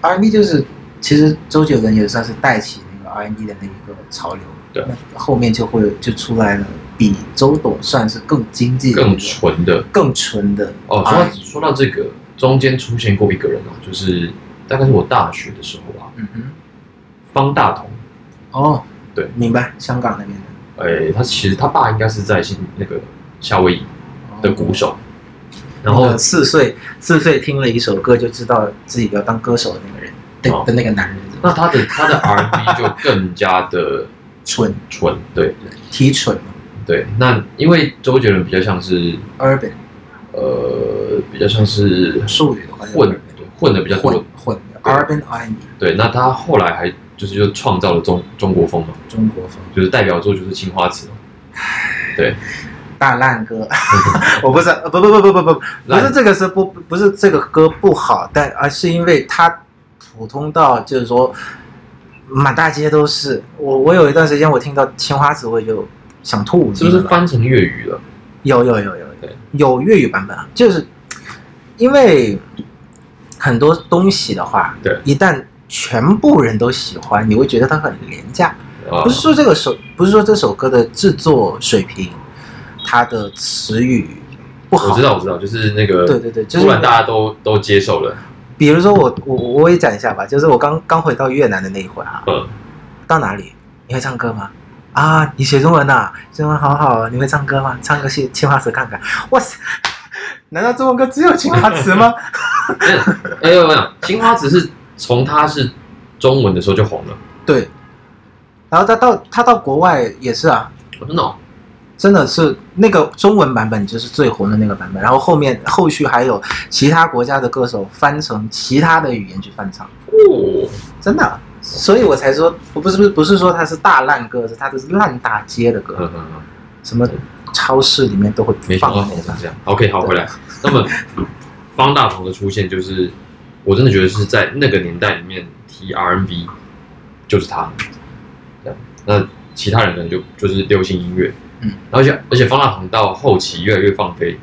R&B 就是其实周杰伦也算是带起那个 R&B 的那一个潮流，对，后面就会就出来了比周董算是更经济的那更个纯的更纯的哦。说 R&B 到说到这个，中间出现过一个人啊，就是大概是我大学的时候啊，嗯哼，方大同。哦，对，明白，香港那边的哎，他其实他爸应该是在新那个夏威夷的哦鼓手，然后那个四岁四岁听了一首歌就知道自己要当歌手的那个人，对哦的那个男人，那他的他的 R&B 就更加的蠢纯， 对。提蠢嘛对，那因为周杰伦比较像是，urban 呃，比较像是术语的话叫混 urban 对混的比较多混。混的对 urban R&B 对，那他后来还就是就创造了中中国风嘛，中国风就是代表作就是《青花瓷》嘛。对，大烂 歌， 我不是呃不不不不不不不是烂这个是不不是这个歌不好，但而是因为它普通到就是说满大街都是。我我有一段时间我听到青花瓷我就想吐，是不是你知道吗翻成粤语了？有有有有有，有粤语版本啊，就是因为很多东西的话，对一旦全部人都喜欢，你会觉得它很廉价。啊不，是说这个首，不是说这首歌的制作水平，它的词语不好。啊我知道，我知道，就是那个，对对对就是突然大家都都接受了，比如说我我我也讲一下吧，就是我刚刚回到越南的那一会啊，嗯，到哪里？你会唱歌吗？啊，你学中文呐、中文好好，你会唱歌吗？唱个青青花瓷看看。哇塞，难道中文歌只有青花瓷吗？哎呦没有，青花瓷是从它是中文的时候就红了，对，然后他到他到国外也是啊，我真的哦，真的是那个中文版本就是最红的那个版本，然后后面后续还有其他国家的歌手翻成其他的语言去翻唱，哦真的。所以我才说，不是不是不是说它是大烂歌，是它的是烂大街的歌，嗯嗯嗯，什么超市里面都会没想放到的红那成个。这样。OK，好，对回来。那么方大同的出现，就是我真的觉得是在那个年代里面提 R&B 就是他，这样。那其他人可能就就是流行音乐，嗯，而且而且方大同到后期越来越放飞，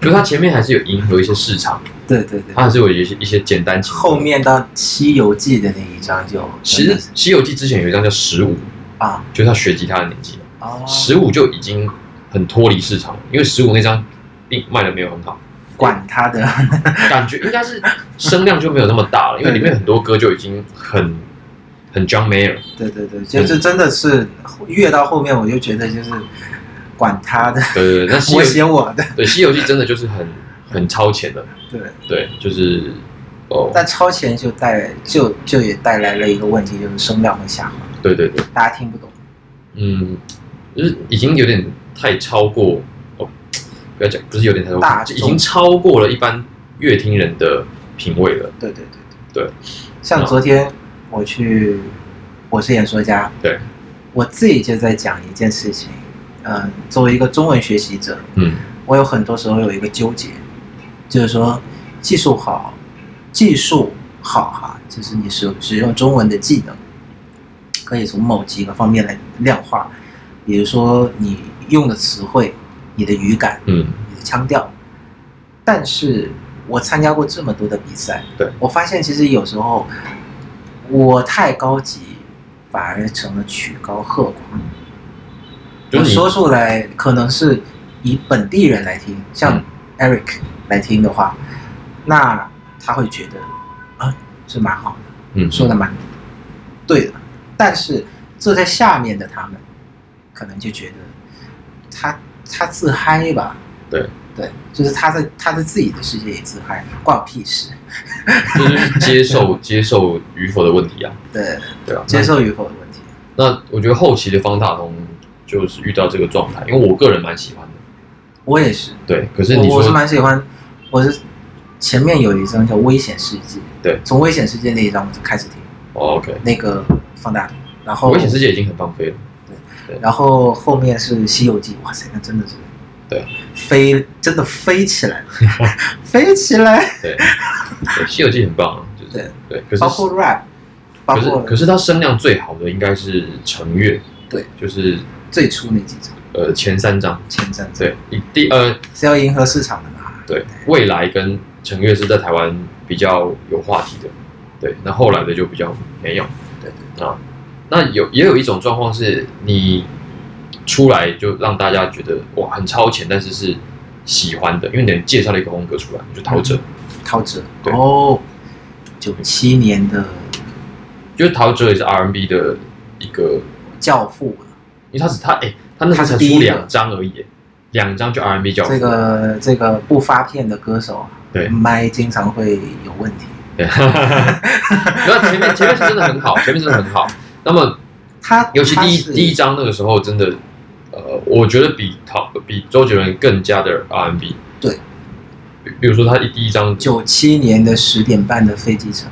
就他前面还是有迎合一些市场，对对对他，还是有一些一些简单情歌。后面到《西游记》的那一章就其真实的《是西游记》之前有一张叫《十五》，啊，就是他学吉他的年纪，哦，十五就已经很脱离市场了，因为十五那张并卖的没有很好。管他的， 感觉应该是声量就没有那么大了，因为里面很多歌就已经很很 John Mayer，对对对，就是真的是越到后面我就觉得就是管他的，对对对，那西 我游写我的，对西游记真的就是很很超前的，对。对，就是哦，但超前就带就就也带来了一个问题，就是声量会下滑，对对对，大家听不懂。嗯，就是已经有点太超过哦，不要讲，不是有点太超大过，众就已经超过了一般乐听人的品味了，对对对对。像昨天我去，我是演说家，对，我自己就在讲一件事情。嗯，作为一个中文学习者，嗯，我有很多时候有一个纠结，就是说技术好，技术好哈，就是你使使用中文的技能，可以从某几个方面来量化，比如说你用的词汇、你的语感、嗯，你的腔调。但是我参加过这么多的比赛，对我发现其实有时候我太高级，反而成了曲高和寡。就我是你说出来可能是以本地人来听，嗯像 Eric 来听的话，那他会觉得啊，是蛮好的，嗯说的蛮对的。但是坐在下面的他们，可能就觉得他他自嗨吧，对对，就是他在他在自己的世界里自嗨，关我屁事。就是接受接受与否的问题啊，对，对啊，接受与否的问题。那我觉得后期的方大同就是遇到这个状态，因为我个人蛮喜欢的。我也是，对，可是我你我说是蛮喜欢，我是前面有一张叫《危险世界》，对从《危险世界》那一张我就开始听哦，OK，那个放大，然后危险世界已经很放飞了。然后后面是《西游记》，哇塞，那真的是对飞，真的飞起 来，飞起来， 对，对西游记很棒啊，就是对可包是括 rap，包可是括可是它声量最好的应该是程月，对，就是最初那几张呃前三章，前阵子对，一第呃是要迎合市场的嘛，对未来跟程月是在台湾比较有话题的，对，那后来的就比较没有。对对啊，那有也有一种状况是你出来就让大家觉得哇很超前，但是是喜欢的，因为你介绍了一个风格出来，就陶嗯喆，陶喆，对哦，九七年的就是陶喆也是 R&B 的一个，教父，因为他只他哎、他那时候才他是第出一个两张而已，两张就 R&B 教父这个这个不发片的歌手，啊对麦经常会有问题。对， 然后前面前面是真的很好，前面真的很好。那么他尤其第一他是第一章那个时候，真的，呃，我觉得比陶比周杰伦更加的 R&B。对比，比如说他一第一章九七年的十点半的飞机场，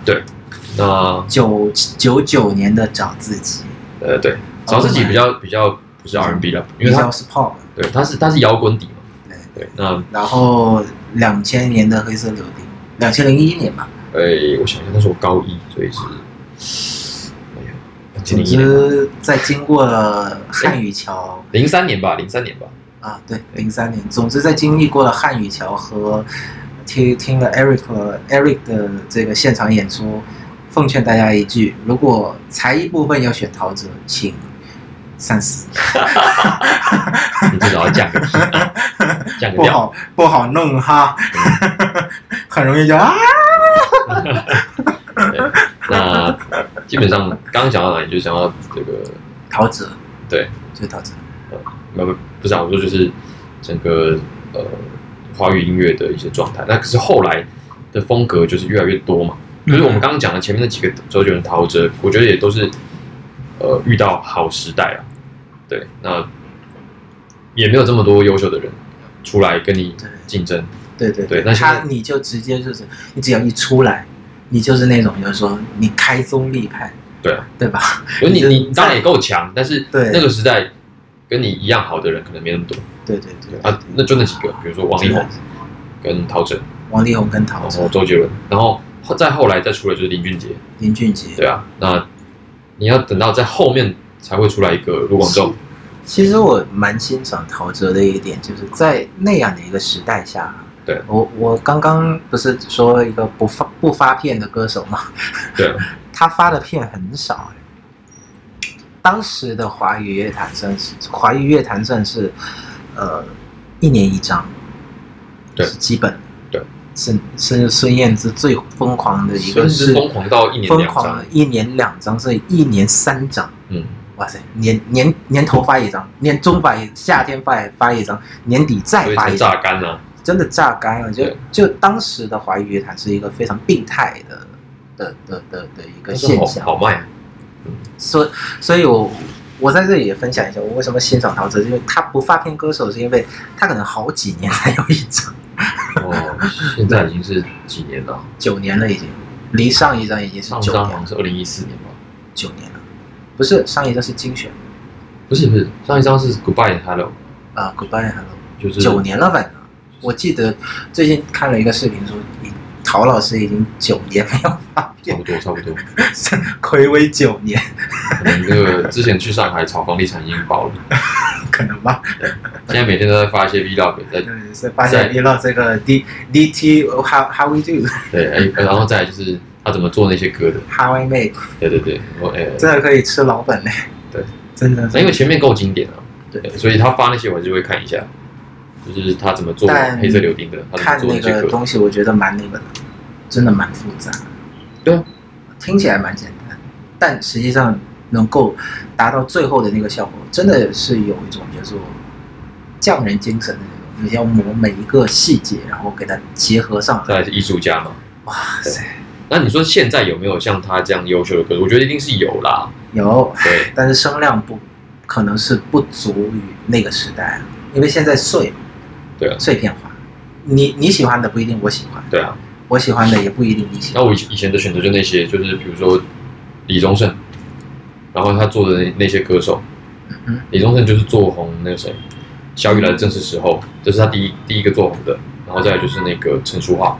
那九九九年的找自己，呃对，找自己比较比较不是 R&B 了，哦比因为较他是 pop，对他是他是摇滚底嘛，对对，那然后两千年的黑色柳丁，两千零一年吧，呃我想一下，那时候我高一，所以是，哎呀，两千总零一年吧，之在经过了汉语桥，零三年吧，零三年吧，啊，对，零三年。总之，在经历过了汉语桥和听听了 Eric Eric 的这个现场演出，奉劝大家一句：如果才艺部分要选陶喆，请三思，你至少要 降个级，降个不调。好不好弄哈，嗯 很容易就啊，对那基本上刚刚讲到哪里，就讲到这个，陶喆，对，就是陶喆，不不不是啊，我说就是整个呃华语音乐的一些状态。那可是后来的风格就是越来越多嘛，嗯就是我们刚刚讲的前面那几个周杰伦、陶喆，我觉得也都是呃遇到好时代啊，对，那也没有这么多优秀的人出来跟你竞争，对对对那现在他你就直接就是，你只要一出来，你就是那种就是说你开宗立派，对啊，对吧？因为你你你当然也够强，但是对那个时代跟你一样好的人可能没那么多对对对对啊，那就那几个，比如说王力宏真的跟陶喆，王力宏跟陶然喆后、周杰伦，然后后再后来再出来就是林俊杰，林俊杰，对啊，那你要等到在后面才会出来一个卢广仲，其实我蛮欣赏陶喆的一点，就是在那样的一个时代下，对我我刚刚不是说一个不发不发片的歌手吗？对，啊他发的片很少、哎当时的华语乐坛算是华语乐坛算是，呃，一年一张，对是基本的，对，是是孙燕姿最疯狂的一个甚至是疯狂到一年疯两狂张的，一年两张，所以一年三张。嗯，哇塞，年年年头发一张，年中发一，夏天发一发一张，年底所再以发才一榨张，干啊了，真的榨干了。就对就当时的华语乐坛是一个非常病态的的的的的一个但是现好象，好卖，啊所所以我我在这里也分享一下，我为什么欣赏陶喆，因为他不发片歌手，是因为他可能好几年才有一张，哦，现在已经是几年了，啊九年了已经，离上一张已经是上九张年好像了，是二零一四年吧，九年了，不是上一张是精选不是不是，上一张是 Goodbye and Hello，啊、g o o d b y e Hello。就是九年了，反正我记得最近看了一个视频说，陶老师已经九年没有发差片，不多差不多，暌违九年，可能这个之前去上海炒房地产已经爆 了，可能吧。现在每天都在发一些 Vlog，在嗯，是发现一到这个 D D T How How We Do 对，哎，然后再来就是他怎么做那些歌的， How I Make，对对对，然后哎，真的可以吃老本嘞。对，真的。那因为前面够经典啊，对对，所以他发那些我还是会看一下，就是他怎么做但黑色柳丁的，他看怎么那做这个个，东西，我觉得蛮那个的，真的蛮复杂。对啊，听起来蛮简单，但实际上能够达到最后的那个效果，真的是有一种叫做匠人精神的那种，你要磨每一个细节，然后给它结合上再来。来是艺术家嘛。哇塞，那你说现在有没有像他这样优秀的歌手？我觉得一定是有啦，有，对，但是声量不可能是不足于那个时代，因为现在碎，对啊碎片化。你你喜欢的不一定我喜欢，对啊。我喜欢的也不一定你喜欢。那我以以前的选择就那些，就是比如说李宗盛，然后他做的那那些歌手，嗯李宗盛就是做红那个谁，小雨来的正是时候，这是他第一第一个做红的，然后再来就是那个陈淑桦，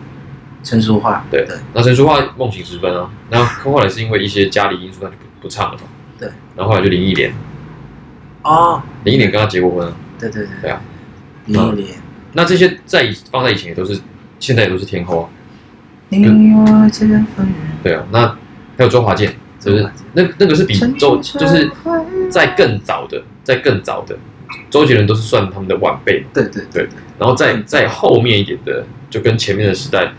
陈淑桦，对对，那陈淑桦梦醒时分啊，那后来是因为一些家里因素，他就不不唱了嘛。对。然后后来就林忆莲，哦，林忆莲跟他结过婚啊。对对对，对啊，林忆莲。那这些在以放在以前也都是，现在也都是天后啊。你我这份人对啊，那还有周华健，就是那那个是比周就是在更早的，在更早的周杰伦都是算他们的晚辈，对对对然后再嗯再后面一点的，就跟前面的时代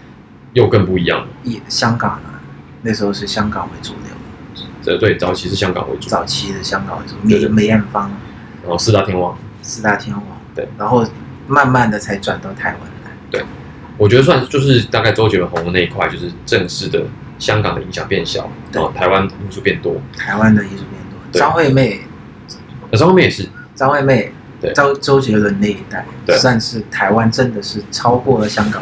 又更不一样了。也香港啊，那时候是香港为主流，这对早期是香港为主，早期的香港为主，对梅对梅艳芳、然后四大天王，四大天王，对，然后慢慢的才转到台湾来。我觉得算就是大概周杰伦红的那一块，就是正式的香港的影响变小，对然后台湾因素变多。台湾的艺术变多，对张惠妹，那张惠妹也是，张惠妹对，周周杰伦那一代，对算是台湾真的是超过了香港，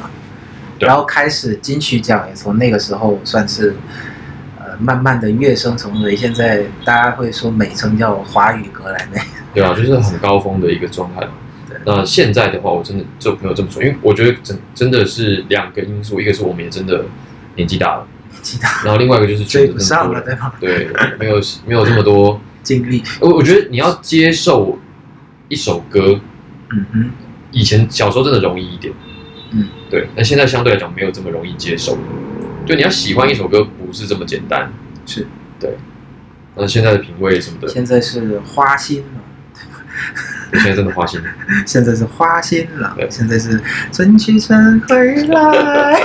对然后开始金曲奖也从那个时候算是，呃，慢慢的跃升成为现在大家会说美称叫华语格莱美，对啊，就是很高峰的一个状态嘛对。那现在的话，我真的就没有这么说，因为我觉得真真的是两个因素，一个是我们也真的年纪大了，其 他然后另外一个就是追选择不真的上多了，对了，吗？对，没有没有这么多。经历，我我觉得你要接受一首歌，嗯哼，以前小时候真的容易一点，嗯，对，但现在相对来讲没有这么容易接受。就你要喜欢一首歌不是这么简单，是。那现在的品味什么的，现在是花心了，现在真的花 心。现在是花心了，对现在是春去春回 来，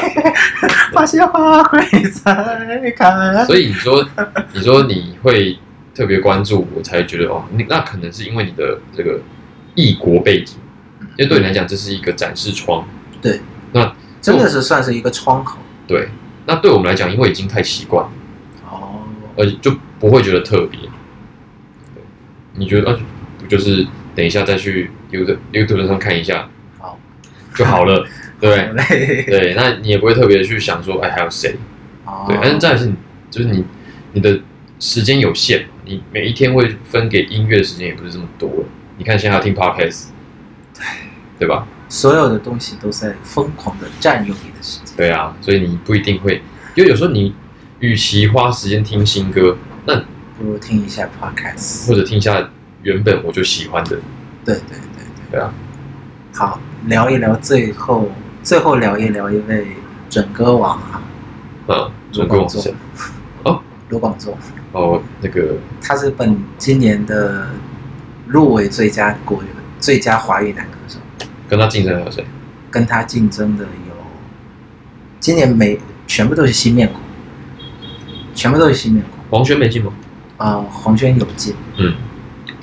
花谢花会再开。所以你说，你说你会特别关注，我才觉得哦，你那可能是因为你的这个异国背景，因为对你来讲这是一个展示窗。对，那真的是算是一个窗口对，那对我们来讲，因为已经太习惯了，哦。而且就不会觉得特别。对你觉得啊，不就是等一下再去 YouTube YouTube 上看一下好，就好 了，对不对？ 对对，那哦你也不会特别去想说，哎，还有谁？对，但是再来是你，就是你，你的时间有限，你每一天会分给音乐的时间也不是这么多。你看现在要听 podcast，对吧？所有的东西都在疯狂的占用你的时间。对啊，所以你不一定会，因为有时候你与其花时间听新歌，那不如听一下 podcast。或者听一下原本我就喜欢的，对对对对。对啊。好，聊一聊最后，最后聊一聊一位准歌王啊，嗯，卢准歌广王是仲谁？。哦哦，卢广仲，哦，那个他是本今年的入围最佳国语最佳华语男歌手，跟他竞争还有谁？跟他竞争的有，今年没全部都是新面孔，全部都是新面孔。黄轩没进吗？啊、黄轩有进，嗯，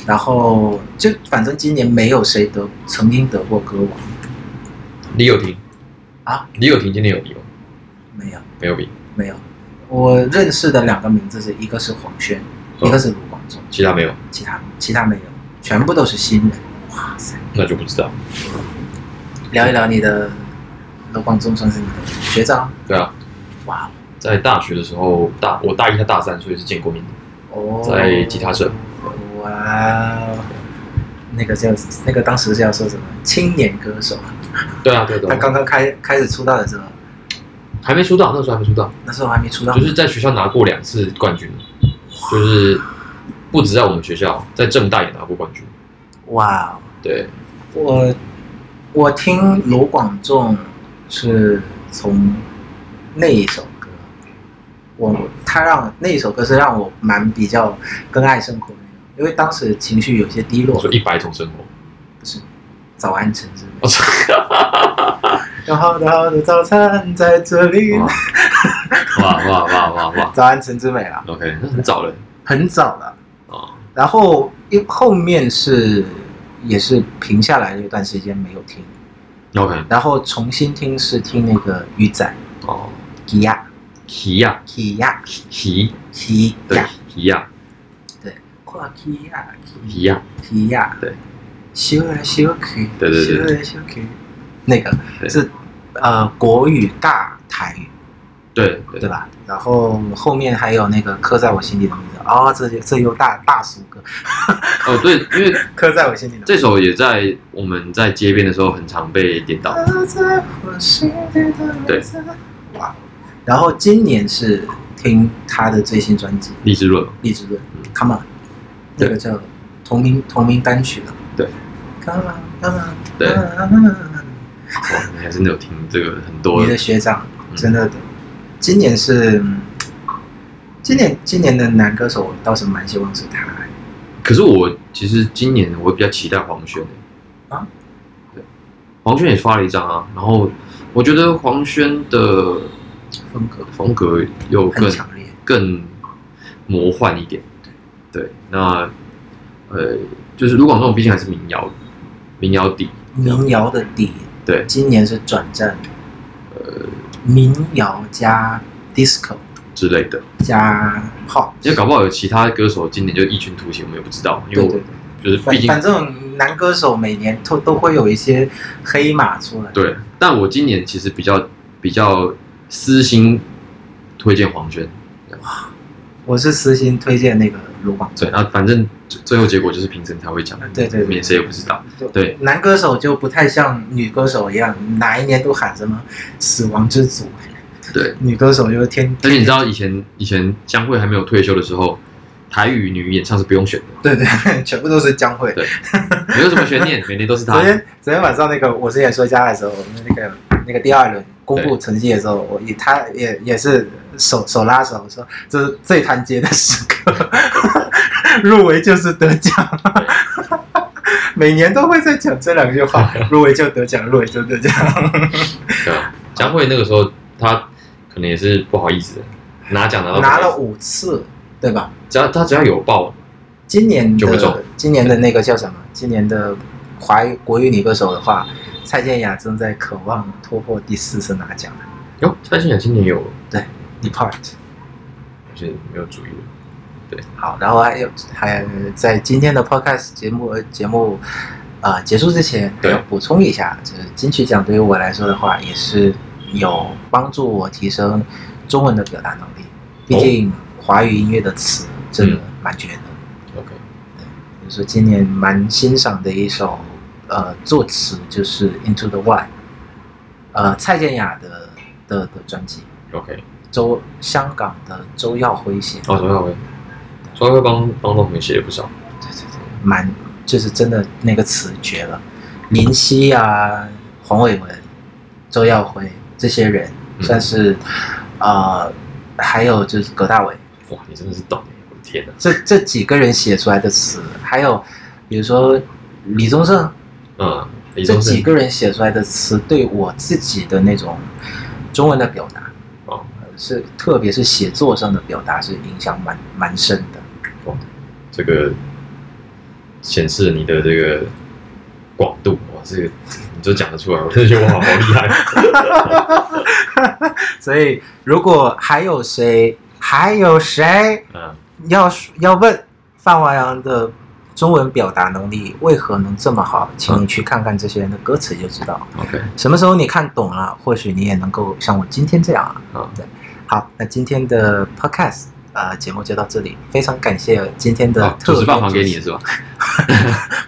然后就反正今年没有谁得曾经得过歌王，李友廷啊，李友廷今天有比吗？没有没有比，没有。我认识的两个名字是一个是黄轩，嗯一个是卢广仲，其他没有，其他其他没有，全部都是新人。哇塞！那就不知道。聊一聊你的卢广仲算是你的学长，对啊，哇在大学的时候，大我大一，他大三，所以是见过面的。哦，在吉他社，哇哦，那个叫那个当时叫说什么青年歌手，对啊，对啊对他啊，刚刚开开始出道的时候，还没出道，那时候还没出道，那时候还没出道，就是在学校拿过两次冠军，就是不止在我们学校，在正大也拿过冠军。哇哦，对，我我听卢广仲是从那一首歌，我他让那一首歌是让我蛮比较跟爱生活的，因为当时情绪有些低落我，说一百种生活， 不是早安晨之我类，操，有好的好的早餐在这里，哇哇哇哇哇哇早安晨之美啦， ，OK，那很早了很早了。啊，然后因后面是也是停下来了一段时间没有听，那 OK，然后重新听是听那个鱼仔哦，吉亚皮呀吉亚皮，吉对亚，皮呀跨吉亚皮呀，吉亚，对，修来修去，对对对修来修去，那个对是呃国语尬台语。对对对，吧？然后后面还有那个刻在我心底的名字啊、哦，这就这又大大俗歌，哦对，因为刻在我心底的名字。这首也在我们在街边的时候很常被点到，刻在我心底的名对字。哇！然后今年是听他的最新专辑《励志论嘛，励志论嗯》 ，Come on，那对个叫同名同名单曲的。对，Come on，Come on，对 Come on 哇，你还真的有听这个很多你的学长嗯真的，今年是嗯今年今年的男歌手，我倒是蛮希望是他。可是我其实今年我比较期待黄轩的啊，对，黄轩也发了一张啊，然后我觉得黄轩的风格风格又很更强烈，更魔幻一点，对，那呃，就是卢广仲毕竟还是民谣民谣底，民谣的底，对今年是转战，呃，民谣加 disco 之类的，加 pop，因为搞不好有其他歌手今年就异军突起，我们也不知道，因对为我对对，就是毕反竟反正男歌手每年都都会有一些黑马出来，对，但我今年其实比较比较私心推荐黄轩，我是私心推荐那个卢广仲对，，然后反正最最后结果就是评审才会讲，对对对我们也谁也不知道。对，男歌手就不太像女歌手一样，哪一年都喊什么死亡之组，对，女歌手就是天而且你知道以前以前江蕙还没有退休的时候，台语女演唱是不用选的，对对， 全部都是江蕙。 对没有什么悬念，每年都是昨她。天昨天晚上那个我之前说家的时候，我们那个那个第二轮公布成绩的时候，我也他也也是手手拉手说这是最团结的时刻， 入围就是得奖。 每年都会在讲这两句 话，入围就得奖，入围就得奖。对啊，江蕙那个时候她可能也是不好意思的，拿奖拿到 拿了五，五次，对吧？只要她只要有报，今年就会中的今年的那个叫什么？今年的华语国语女歌手的话，蔡健雅正在渴望突破第四次拿奖。哟，蔡健雅今年有，我 Depart。是没有注意的。好，然后还有还在今天的 Podcast 节目呃节目啊、呃结束之前，还对要补充一下，就是金曲奖对于我来说的话，也是有帮助我提升中文的表达能力。毕竟华语音乐的词真的嗯蛮绝的。 OK，比如说今年蛮欣赏的一首呃作词就是《Into the Wild》，呃蔡健雅的的的专辑， OK，周香港的周耀辉写的，哦，周耀辉，周耀辉帮帮我们写了不少。对对对，蛮就是真的那个词绝了，林夕啊、黄伟文、周耀辉这些人嗯算是啊、呃，还有就是葛大为，哇，你真的是懂耶，我的天哪！这这几个人写出来的词，还有比如说李宗盛。嗯，李这宗几盛，个人写出来的词，对我自己的那种中文的表达，哦呃是特别是写作上的表达是影响蛮蛮深的。这个显示你的这个广度，哇，这个你都讲得出来，我真的觉得我好好厉 害。所以，如果还有谁，还有谁嗯，要要问范华阳的中文表达能力为何能这么好，请你去看看这些人的歌词就知道。 OK，什么时候你看懂了，或许你也能够像我今天这样啊。好，好，那今天的 podcast 呃节目就到这里，非常感谢今天的好，特主别持棒还给主你持是吧？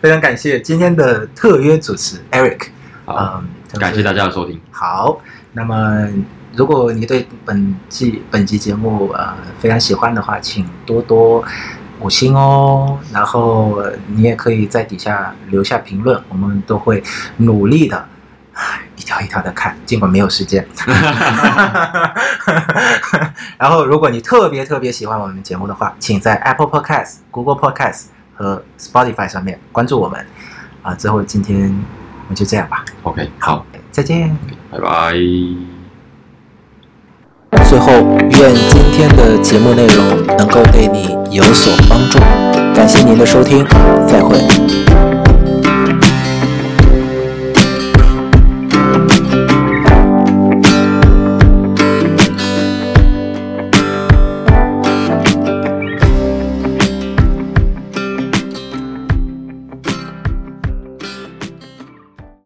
非常感谢今天的特约主持 Eric，好，嗯，感谢大。家的收听。好，那么如果你对本季本集节目呃非常喜欢的话，请多多五星哦。然后呃你也可以在底下留下评论，我们都会努力的。唉一条一条的看，尽管没有时间。然后，如果你特别特别喜欢我们节目的话，请在 Apple Podcast、Google Podcast 和 Spotify 上面关注我们。啊，最后今天我们就这样吧，哎 OK，好，再见。拜拜。最后，愿今天的节目内容能够对你有所帮助。感谢您的收听，再会。